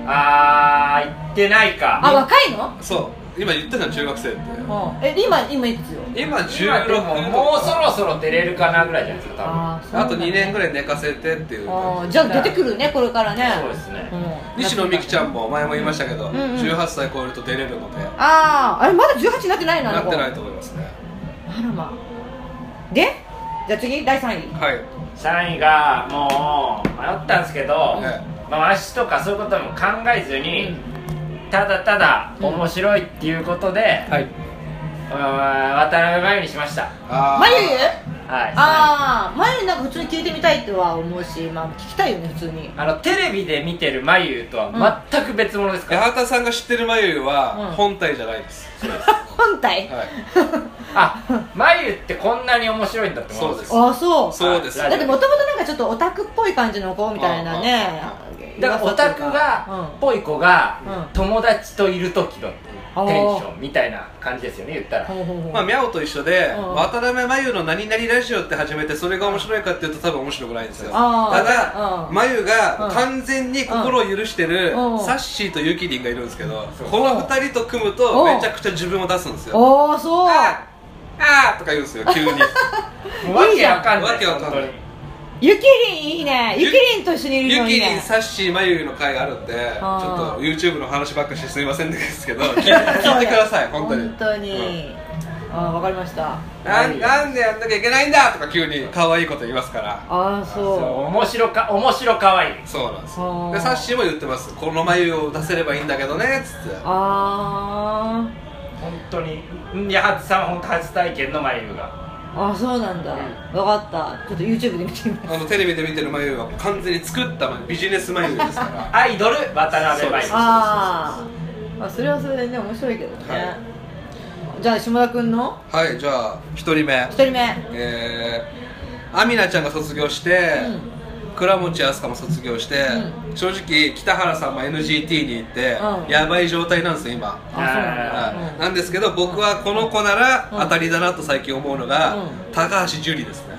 Speaker 3: あー行ってないか
Speaker 1: あ若いの
Speaker 2: そう今言ったじゃん中学生って
Speaker 1: うんえ今今いくつよ
Speaker 2: 今
Speaker 3: 今
Speaker 2: 16
Speaker 3: で
Speaker 2: と
Speaker 3: も
Speaker 2: か
Speaker 3: もうそろそろ出れるかなぐらいじゃないですか
Speaker 1: ーそう
Speaker 2: あ
Speaker 1: な
Speaker 2: と
Speaker 1: んだ
Speaker 2: 2年ぐらい寝かせてっていう
Speaker 1: あーじゃあ出てくるねこれからね
Speaker 3: 多分そうですね
Speaker 1: うん
Speaker 2: 西野美紀ちゃんも前も言いましたけど、
Speaker 1: うんうん
Speaker 2: 18歳超えると出れるので
Speaker 1: あああれまだ18になってないのあ
Speaker 2: な
Speaker 1: の
Speaker 2: っ
Speaker 1: 子
Speaker 2: てないと思いますね
Speaker 1: あらまでじゃあ次第3位
Speaker 2: はい
Speaker 3: 3位がもう迷ったんですけど
Speaker 2: え
Speaker 3: まあ足とかそういうことも考えずにただただ面白いっていうことで
Speaker 2: はい
Speaker 3: うん渡辺真由にしました
Speaker 2: あー
Speaker 1: まゆゆ
Speaker 3: はい
Speaker 1: ああまゆゆなんか普通に聞いてみたいとは思うしまあ聞きたいよね普通に
Speaker 3: あのテレビで見てる真由とは全く別物ですから
Speaker 2: 八幡さんが知ってるまゆゆ
Speaker 1: うん
Speaker 2: は本体じゃないです、
Speaker 1: 本体
Speaker 2: はい
Speaker 3: あ真由ってこんなに面白いんだって思うんです よ
Speaker 1: ああそう
Speaker 2: そうです
Speaker 1: だってもともとなんかちょっとオタクっぽい感じの子みたいなね
Speaker 3: だからオタクがっぽい子が
Speaker 1: うん
Speaker 3: 友達といる時のテ
Speaker 1: あー
Speaker 3: ンションみたいな感じですよね言ったら
Speaker 1: うんほうほうほう
Speaker 2: まあ、ミャオと一緒で、
Speaker 1: うん
Speaker 2: 渡辺真由の「何々ラジオ」って始めてそれが面白いかっていうと多分面白くないんですよた
Speaker 1: あー
Speaker 2: だ、
Speaker 1: うん
Speaker 2: 真由
Speaker 1: う
Speaker 2: が
Speaker 1: ん
Speaker 2: 完全に心を許してる、
Speaker 1: うん
Speaker 2: サッシーとユキリンがいるんですけど、
Speaker 3: そう
Speaker 2: この二人と組む
Speaker 1: う
Speaker 2: と
Speaker 1: ん
Speaker 2: めちゃくちゃ自分を出すんですよ
Speaker 1: ああそう
Speaker 2: あとか言うんですよ 急に
Speaker 3: もうわけわかんない
Speaker 2: わけわかんない
Speaker 3: 本
Speaker 1: ゆきりんいいねゆきりんと一緒にいる
Speaker 2: ゆ
Speaker 1: のい
Speaker 2: き
Speaker 1: い
Speaker 2: に
Speaker 1: ね
Speaker 2: さっしーまゆゆの会があるんでちょっ
Speaker 1: あー
Speaker 2: と YouTube の話ばっかしてすみませんで すけど聞いて聞いてください本当に
Speaker 1: 本当に、あーわかりました
Speaker 2: なんなんでやんなきゃいけないんだとか急に可愛いこと言いますから
Speaker 1: ああ
Speaker 3: 当にそう
Speaker 1: そ
Speaker 3: 面白か面白かわいい
Speaker 2: そうなんです
Speaker 1: あー
Speaker 2: でさっしーも言ってますこの眉を出せればいいんだけどねっつ って
Speaker 1: うあー
Speaker 3: 本当にうん八幡さんは本当初体験の眉毛が
Speaker 1: あそうなんだわかったちょっと YouTube で見てみます
Speaker 2: あのテレビで見てる眉は完全に作った眉ビジネス眉ですから
Speaker 3: アイドル渡辺
Speaker 2: そう
Speaker 3: 舞
Speaker 2: です
Speaker 1: あーあそれはそれでね面白いけどね、
Speaker 2: は
Speaker 1: じゃあ島田君の
Speaker 2: はいじゃあ1人目
Speaker 1: 1人目
Speaker 2: えー、アミナちゃんが卒業して、倉持明日香も卒業して、正直北原さんも NGT に行って、
Speaker 1: うん
Speaker 2: やばい状態なんですよ今、
Speaker 1: あそうなんだ、
Speaker 2: は
Speaker 1: う
Speaker 2: い
Speaker 1: ん
Speaker 2: なんですけど僕はこの子なら
Speaker 1: うん
Speaker 2: 当たりだなと最近思うのが、
Speaker 1: うん
Speaker 2: 高橋樹里ですね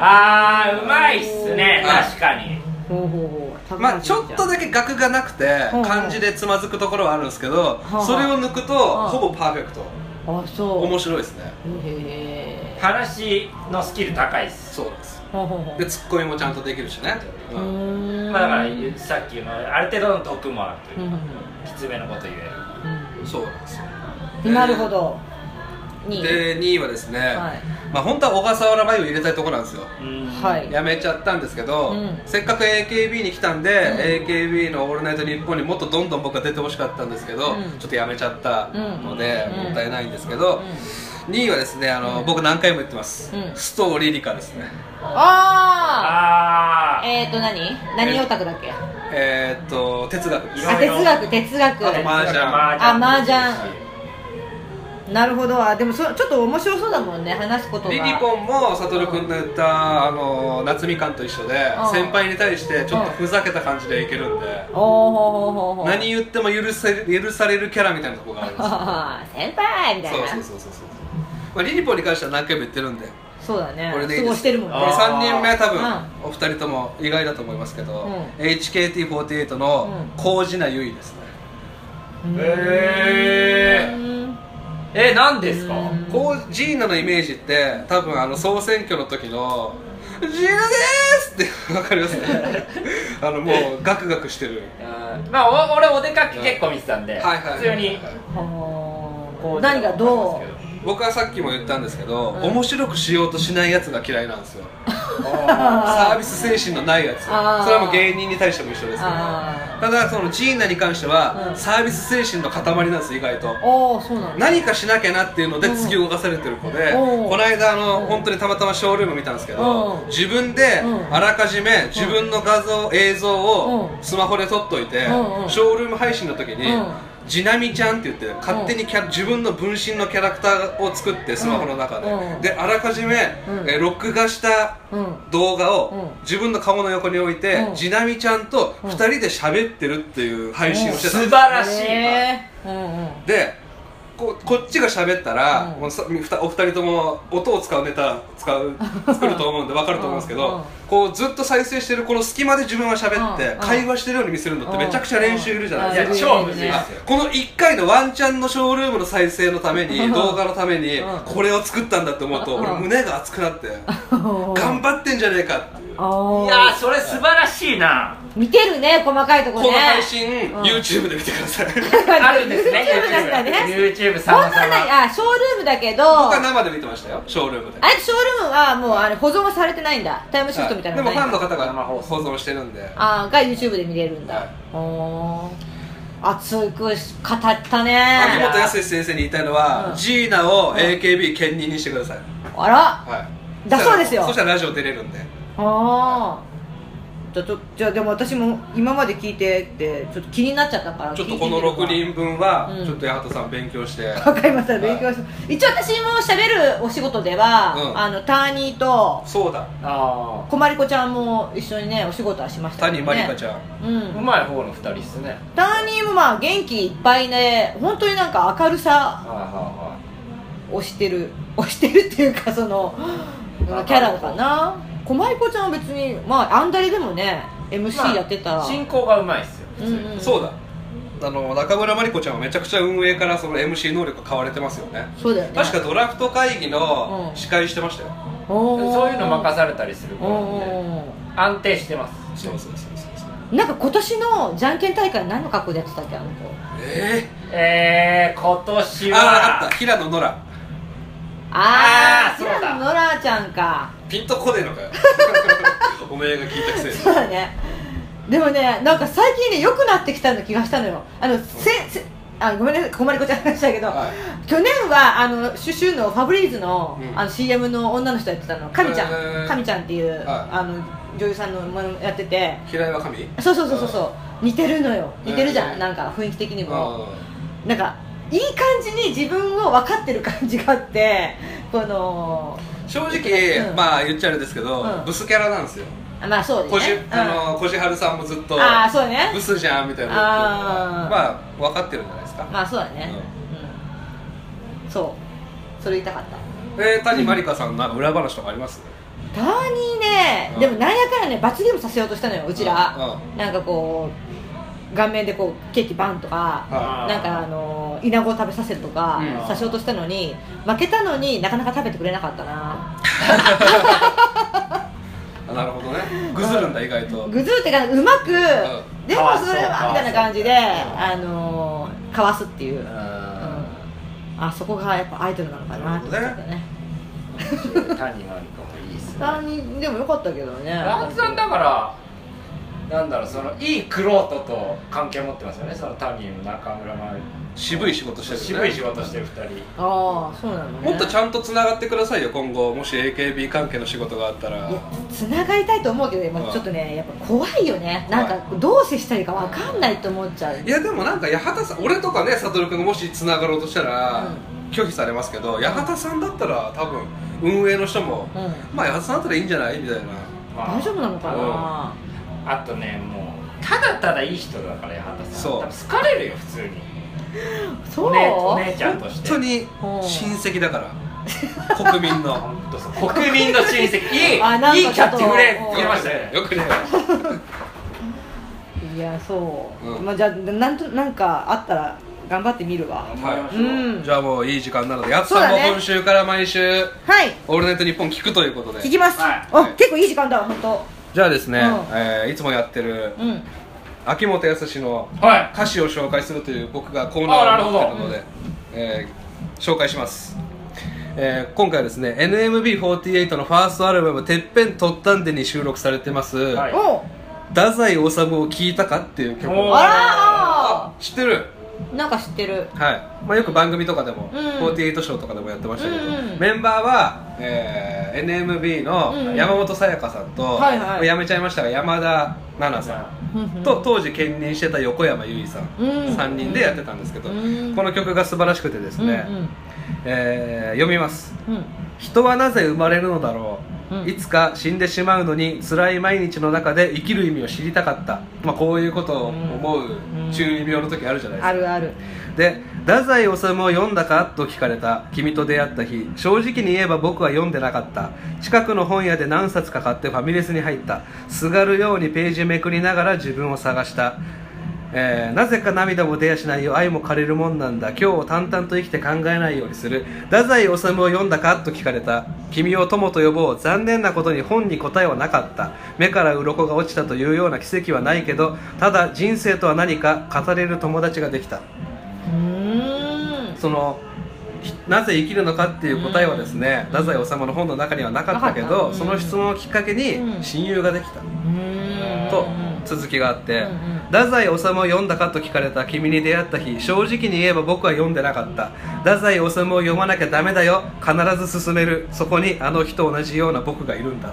Speaker 3: あーうまいっすね
Speaker 2: はい
Speaker 3: 確かに
Speaker 1: ほうほうほう高橋
Speaker 2: まあちょっと
Speaker 1: じ
Speaker 2: だけ額がなくて
Speaker 1: うん
Speaker 2: 漢字でつまずくところはあるんですけど
Speaker 1: はあ
Speaker 2: それを抜くと
Speaker 1: はあ
Speaker 2: ほぼパーフェクト
Speaker 1: ゃんあそう
Speaker 2: 面白いですね
Speaker 1: へえ
Speaker 3: 話のスキル高いっす、
Speaker 2: そうなんです
Speaker 1: ほうほうほう
Speaker 2: でツッコミもちゃんとできるしね、
Speaker 1: う
Speaker 2: う
Speaker 1: ー
Speaker 2: ん
Speaker 1: ん
Speaker 3: まあ、だからさっきのある程度の得もあ
Speaker 1: う
Speaker 3: ると
Speaker 1: ん
Speaker 3: いううん
Speaker 1: うん
Speaker 3: きつめのこと言える
Speaker 2: そうなんですよ
Speaker 1: うんなるほどに
Speaker 2: で2位はですね、
Speaker 1: はい
Speaker 2: まあ本当は小笠原真由入れたいところなんですよ
Speaker 3: うん
Speaker 1: はい
Speaker 2: やめちゃったんですけど、
Speaker 1: うん
Speaker 2: せっかく AKB に来たんで、AKB の「オールナイトニッポン」にもっとどんどん僕は出てほしかったんですけど、
Speaker 1: うん
Speaker 2: ちょっとやめちゃったので、
Speaker 1: うん
Speaker 2: もったいないんですけど、2位はですねあの、僕何回も言ってます、
Speaker 1: うん
Speaker 2: ストーリリカですね
Speaker 1: あ
Speaker 3: あ
Speaker 1: あえっ、ー、と何何オタクだっけあ
Speaker 2: えー、っと哲学です
Speaker 3: いろいろ
Speaker 1: 哲学哲学
Speaker 2: あとマージャン
Speaker 1: あ麻雀なるほどあでもそちょっと面白そうだもんね話すことが
Speaker 2: リリポンも悟君の言ったあの夏みかんと一緒で
Speaker 1: うん
Speaker 2: 先輩に対してちょっとふざけた感じでいけるんで
Speaker 1: おーほうほうほうほう
Speaker 2: 何言っても許せ許されるキャラみたいなとこがあるんですよ
Speaker 1: あー先輩 みたいな
Speaker 2: そうそうそうそうそう、まあ、リリポに関しては何回も言ってるんで
Speaker 1: そうだね
Speaker 2: これでいい
Speaker 1: 過
Speaker 2: で
Speaker 1: ご
Speaker 2: す
Speaker 1: してるもんね
Speaker 2: これ3人目多分
Speaker 1: う
Speaker 2: お二人とも意外だと思いますけど、
Speaker 1: うん
Speaker 2: HKT48 の麹名結衣ですね
Speaker 3: ええ何ですか
Speaker 1: うん
Speaker 2: こうジーナのイメージって多分あの総選挙の時の「ジーナです!」ってわかりますね あのもうガクガクしてる
Speaker 3: うんまあお俺お出かけ結構見てたんで
Speaker 2: はいはい
Speaker 3: 普通に
Speaker 1: はー
Speaker 3: こう
Speaker 1: 何がどう
Speaker 2: 僕はさっきも言ったんですけど、
Speaker 1: うん
Speaker 2: 面白くしようとしないやつが嫌いなんですよ
Speaker 3: あ
Speaker 2: サービス精神のないやつそれ
Speaker 1: あー
Speaker 2: はもう芸人に対しても一緒ですけど
Speaker 1: あ
Speaker 2: ただそのジーナに関しては、
Speaker 1: うん
Speaker 2: サービス精神の塊なんです意外と
Speaker 1: ーおーそうなんだ
Speaker 2: 何かしなきゃなっていうので突き動かされてる子で、
Speaker 1: うん
Speaker 2: この間あの、
Speaker 1: うん
Speaker 2: 本当にたまたまショールーム見たんですけど、
Speaker 1: うん
Speaker 2: 自分で
Speaker 1: うん
Speaker 2: あらかじめ自分の画像、映像を
Speaker 1: うん
Speaker 2: スマホで撮っといて、
Speaker 1: うんうん
Speaker 2: ショールーム配信の時に、
Speaker 1: うん
Speaker 2: ジナミちゃんって言って勝手にキャラ自分の分身のキャラクターを作ってスマホの中で、
Speaker 1: うん
Speaker 2: であらかじめ、
Speaker 1: うん
Speaker 2: えー録画した
Speaker 1: うん
Speaker 2: 動画を
Speaker 1: うん
Speaker 2: 自分の顔の横に置いて、
Speaker 1: うん
Speaker 2: ジナミちゃんと2人で喋ってるっていう配信をして
Speaker 3: 素
Speaker 2: たんです
Speaker 3: 晴らしい
Speaker 1: へーうんうん
Speaker 2: でここっちが喋ったら、
Speaker 1: うん
Speaker 2: もうさふたお二人とも音を使うネタ 使う作ると思うんで分かると思うんですけど、
Speaker 1: うん
Speaker 2: こうずっと再生してるこの隙間で自分は喋って、
Speaker 1: うん
Speaker 2: 会話してるように見せるのってめちゃくちゃ練習いるじゃないですか、
Speaker 3: いや超むずい
Speaker 1: で
Speaker 3: ですす
Speaker 1: よ
Speaker 3: よ
Speaker 2: この1回のワンチャンのショールームの再生のために
Speaker 1: うん
Speaker 2: 動画のために
Speaker 1: うん
Speaker 2: これを作ったんだって思うと
Speaker 1: うん
Speaker 2: 俺胸が熱くなって頑
Speaker 1: 頑
Speaker 2: 張ってんじゃねえかっていう
Speaker 3: い
Speaker 1: あ
Speaker 3: やー
Speaker 1: あ
Speaker 3: それ素晴らしいな
Speaker 1: 見てるね細かいとこ
Speaker 2: こ
Speaker 1: ね
Speaker 2: の配信
Speaker 1: ん
Speaker 2: YouTube で見てください
Speaker 3: あるんです ね
Speaker 1: YouTube だったね
Speaker 3: YouTube
Speaker 1: こんな
Speaker 3: 様
Speaker 1: のない
Speaker 3: 様
Speaker 1: あショールームだけど
Speaker 2: 僕は
Speaker 1: あ
Speaker 2: 生で見てましたよショールームで
Speaker 1: れショールームはもうあれ保存はされてないんだタイムシフトみたい
Speaker 2: はい
Speaker 1: な
Speaker 2: でもファンの
Speaker 1: ない
Speaker 2: 方が
Speaker 3: 生
Speaker 2: 保
Speaker 3: 放送
Speaker 2: 存してるんで
Speaker 1: あーが YouTube で見れるんだ、
Speaker 2: は
Speaker 1: おー熱く語ったね
Speaker 2: 秋元
Speaker 1: あ
Speaker 2: 康先生に言いたいのは、
Speaker 1: うん
Speaker 2: ジーナを AKB 兼任にしてください、
Speaker 1: ら
Speaker 2: はい、
Speaker 1: だそうですよ
Speaker 2: そしたらラジオ出れるんで
Speaker 1: あーじゃあちょじゃあでも私も今まで聞いてってちょっと気になっちゃったから
Speaker 2: ちょっとこの
Speaker 1: 聞いてみるわ
Speaker 2: 6人分は、
Speaker 1: うん
Speaker 2: ちょっと八幡さん勉強して
Speaker 1: わかりました勉強し一応私も喋るお仕事では、
Speaker 2: うん
Speaker 1: あのターニーと
Speaker 2: そうだ
Speaker 3: あ
Speaker 1: こまりこちゃんも一緒にねお仕事はしました
Speaker 2: 谷まりかちゃん、
Speaker 1: ゃん、う、
Speaker 3: ーうんまい方の2人っすね
Speaker 1: ターニーもまあ元気いっぱいね本当になんか明る
Speaker 3: はい
Speaker 1: さ
Speaker 3: は
Speaker 1: をしてる をしてるっていうかそのキ
Speaker 3: 明るい
Speaker 1: ャラかなこまりこちゃんは別にまああんだりでもね
Speaker 3: いはい
Speaker 1: MC やってたら、
Speaker 3: まあ進行がうまいっすよ
Speaker 1: うんうん
Speaker 2: そうだあの中村真理子ちゃんはめちゃくちゃ運営からその MC 能力が買われてますよね
Speaker 1: そうだよね
Speaker 2: 確かドラフト会議の
Speaker 1: うん
Speaker 2: 司会してましたよ、
Speaker 3: そういうの任
Speaker 1: さ
Speaker 3: されたりするからね安定してます
Speaker 2: そうそうそうそうそう
Speaker 1: なんか今年のじゃんけん大会何の格好でやってたっけあの子
Speaker 2: え
Speaker 3: えー、今年
Speaker 2: ー、
Speaker 3: は
Speaker 2: あああった平野ノラ
Speaker 1: あ
Speaker 3: あ
Speaker 1: あ
Speaker 3: ー
Speaker 1: 平野
Speaker 3: そうだ
Speaker 1: ノラちゃんか
Speaker 2: ピンとこねえのかよ おめえが聞いたくせに
Speaker 1: そうだねでもねなんか最近ね良くなってきたの気がしたのよあのせせあごめんなさいこまりこちゃんの話だけど、
Speaker 2: はい
Speaker 1: 去年はあのシュシュのファブリーズの,、
Speaker 2: うん
Speaker 1: あの CM の女の人やってたのかみちゃん、
Speaker 2: へー
Speaker 1: かみちゃんっていう、
Speaker 2: はい
Speaker 1: あの女優さんのものやってて
Speaker 2: 平山神
Speaker 1: そうそうそうそうそう似てるのよ似てるじゃん、
Speaker 2: へー
Speaker 1: なんか雰囲気的にも
Speaker 2: あ
Speaker 1: なんかいい感じに自分を分かってる感じがあってこの
Speaker 2: ー正直、
Speaker 1: うん
Speaker 2: まあ言っちゃあれですけど、
Speaker 1: うん
Speaker 2: ブスキャラなんですよ
Speaker 1: あまあそう
Speaker 2: こ
Speaker 1: で
Speaker 2: じ
Speaker 1: すね、うん
Speaker 2: あのこじはるさんもずっと
Speaker 1: あーそうね
Speaker 2: ブスじゃんみたいな
Speaker 1: あー
Speaker 2: まあ分かってるんじゃないですか、
Speaker 1: まあそうだね、うん、そうそれ言いたかった
Speaker 2: えー、谷まりかさんのなんか裏話とかあります
Speaker 1: たまにね、
Speaker 2: うん
Speaker 1: でもなんやかんやね罰ゲームさせようとしたのようちら、
Speaker 2: うん
Speaker 1: なんかこう顔面でこうケーキバンとか、
Speaker 2: は
Speaker 1: なんかあのイナゴを食べさせるとか、
Speaker 2: うん
Speaker 1: させようとしたのに負けたのになかなか食べてくれなかったない
Speaker 2: あなるほどねぐずるんだ意外と、
Speaker 1: ぐずってかうまく、
Speaker 2: ん
Speaker 1: で
Speaker 3: か
Speaker 1: も
Speaker 3: わそう
Speaker 1: それ
Speaker 3: か
Speaker 1: はみ
Speaker 3: わそう
Speaker 1: たいな感じで、
Speaker 3: うん
Speaker 1: あのかわすっていう、うん
Speaker 3: う
Speaker 1: あそこがやっぱアイドルなのかなって思っちゃったね
Speaker 3: ん谷真理子もいいっすね
Speaker 1: たまにでもよかったけどね
Speaker 3: ランさんだからなんだろうそのいいクロートと関係持ってますよねその谷も中村も
Speaker 2: 渋い仕事してる、ね、
Speaker 3: 渋い仕事してる2人
Speaker 1: ああそうなのね
Speaker 2: もっとちゃんとつながってくださいよ今後もし AKB 関係の仕事があったら
Speaker 1: いやつながりたいと思うけど今
Speaker 2: うん
Speaker 1: ちょっとねやっぱ怖いよねなんかどう接したらいいかわかんないと思っちゃう
Speaker 2: いやでもなんか八幡さん俺とかね悟君がもしつながろうとしたら、
Speaker 1: う
Speaker 2: 拒否されますけど八幡さんだったら多分運営の人も、
Speaker 1: うん
Speaker 2: まあ八幡さんだったらいいんじゃないみたいな
Speaker 3: まあ
Speaker 1: 大丈夫なのかな
Speaker 3: あとねもうただただいい人だから八幡さん
Speaker 2: そう
Speaker 3: 多分好かれるよ普通に
Speaker 1: そう
Speaker 3: お姉お姉ちゃんと
Speaker 2: 本
Speaker 3: して
Speaker 2: 当に親戚だから国民 の
Speaker 3: 本当そう国民の親戚いいいい キ
Speaker 1: あなんかちょっと
Speaker 3: ャッチフレーズつけましたね
Speaker 2: よくね
Speaker 1: いやそう、
Speaker 2: うん
Speaker 1: まあじゃあなんとなんかあったら頑張ってみるわ
Speaker 2: は
Speaker 1: う
Speaker 2: い
Speaker 1: ん
Speaker 2: じゃあもういい時間なので八
Speaker 1: そ
Speaker 2: 幡
Speaker 1: う
Speaker 2: さん
Speaker 1: だ
Speaker 2: も
Speaker 1: ね
Speaker 2: 今週から毎週
Speaker 1: はい
Speaker 2: 「オールナイトニッポン」聞くということで
Speaker 1: 聞きます、
Speaker 3: はい
Speaker 1: お
Speaker 2: はい
Speaker 1: 結構いい時間だわ本当
Speaker 2: じゃあですね、
Speaker 1: うん
Speaker 2: えーいつもやってる
Speaker 1: うん
Speaker 2: 秋元康の
Speaker 3: はい
Speaker 2: 歌詞を紹介するという僕がコー
Speaker 3: あな
Speaker 2: ナ
Speaker 3: る
Speaker 2: ーを持
Speaker 3: ほど
Speaker 2: ってるので、えー紹介します、えー今回はですね NMB48 のファーストアルバム「てっぺんとったんで」に収録されてます、
Speaker 3: はい
Speaker 1: お
Speaker 2: 太宰治を聴いたかっていう曲
Speaker 3: おー
Speaker 1: あ
Speaker 2: 知ってる
Speaker 1: らーなんか知ってる
Speaker 2: はい、まあ、よく番組とかでも、
Speaker 1: うん
Speaker 2: 48ショーとかでもやってましたけど、
Speaker 1: うんうん
Speaker 2: メンバーは、えー NMB
Speaker 1: うんう
Speaker 2: の
Speaker 1: ん
Speaker 2: 山本さやかさんと、
Speaker 1: はいはい
Speaker 2: もう辞めちゃいましたが山田奈々さんと当時兼任してた横山由依さん、
Speaker 1: うん
Speaker 2: 3人でやってたんですけど、
Speaker 1: うん
Speaker 2: この曲が素晴らしくてです
Speaker 1: うんう
Speaker 2: ね、
Speaker 1: ん
Speaker 2: えー読みます
Speaker 1: うん
Speaker 2: 人はなぜ生まれるのだろう、
Speaker 1: うん
Speaker 2: いつか死んでしまうのに辛い毎日の中で生きる意味を知りたかった、まあ、こういうことを思う中二病の時あるじゃないですか
Speaker 1: あ、るある
Speaker 2: で「太宰治を読んだか?」と聞かれた君と出会った日正直に言えば僕は読んでなかった近くの本屋で何冊か買ってファミレスに入ったすがるようにページめくりながら自分を探したえーなぜか涙も出やしないよ愛も枯れるもんなんだ今日を淡々と生きて考えないようにする太宰治を読んだかと聞かれた君を友と呼ぼう残念なことに本に答えはなかった目から鱗が落ちたというような奇跡はないけどただ人生とは何か語れる友達ができた
Speaker 1: うーん
Speaker 2: そのひなぜ生きるのかっていう答えはですね、太宰治の本の中にはなかったけ
Speaker 1: なか
Speaker 2: ど、
Speaker 1: った
Speaker 2: その質問をきっかけ
Speaker 1: う
Speaker 2: に
Speaker 1: ん
Speaker 2: 親友ができた、
Speaker 1: うーん
Speaker 2: と続きがあって、
Speaker 1: うんうん
Speaker 2: 太宰治を読んだかと聞かれた君に出会った日正直に言えば僕は読んでなかった太宰治を読まなきゃダメだよ必ず進めるそこにあの日と同じような僕がいるんだ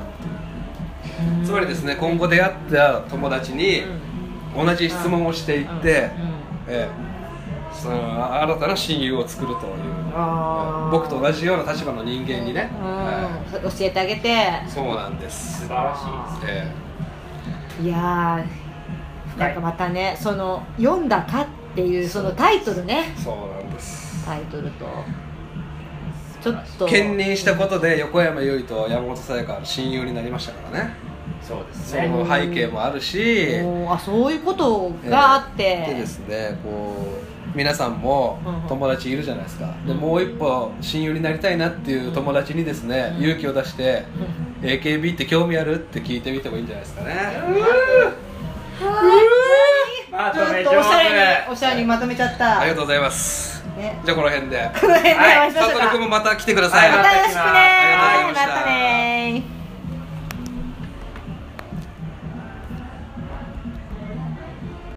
Speaker 2: つまりですね今後出会った友達に同じ質問をしていって、
Speaker 1: うんうん
Speaker 2: ええその新たな親友を作るという
Speaker 1: あー
Speaker 2: 僕と同じような立場の人間にね、
Speaker 1: うん
Speaker 2: は
Speaker 1: 教えてあげて
Speaker 2: いそうなんです
Speaker 3: 素晴、らしい
Speaker 2: え
Speaker 1: いやー
Speaker 3: 深い
Speaker 1: なんかまたねその「読んだか」っていうそのタイトルね
Speaker 2: えそうなんです
Speaker 1: タイトルとちょっと
Speaker 2: 兼任したことで横山由依と山本さやかは親友になりましたからね
Speaker 3: そうです
Speaker 2: そ
Speaker 3: ね
Speaker 2: の背景もあるし、
Speaker 1: おーあそういうことがあって、
Speaker 2: でですねこう皆さんも
Speaker 1: うん
Speaker 2: 友達いるじゃないですか、で
Speaker 1: うん
Speaker 2: もう一歩親友になりたいなっていう友達にですね、
Speaker 1: うん
Speaker 2: 勇気を出して
Speaker 1: うん
Speaker 2: 「AKB って興味ある?」って聞いてみてもいいんじゃないですかね、
Speaker 3: ま
Speaker 1: ち
Speaker 3: と
Speaker 1: ょ
Speaker 3: め
Speaker 1: っ
Speaker 3: 上
Speaker 1: と
Speaker 3: 手
Speaker 1: おしゃれにおしゃれにまとめちゃった、
Speaker 2: ありがとうございます
Speaker 1: ね
Speaker 2: じゃあこの辺で
Speaker 1: この辺でお会いしましょ
Speaker 2: サ
Speaker 1: う
Speaker 2: ト
Speaker 1: か、
Speaker 2: ル君もまた来てください、
Speaker 3: はい
Speaker 1: またよろしくね
Speaker 2: ありがとうございました
Speaker 1: また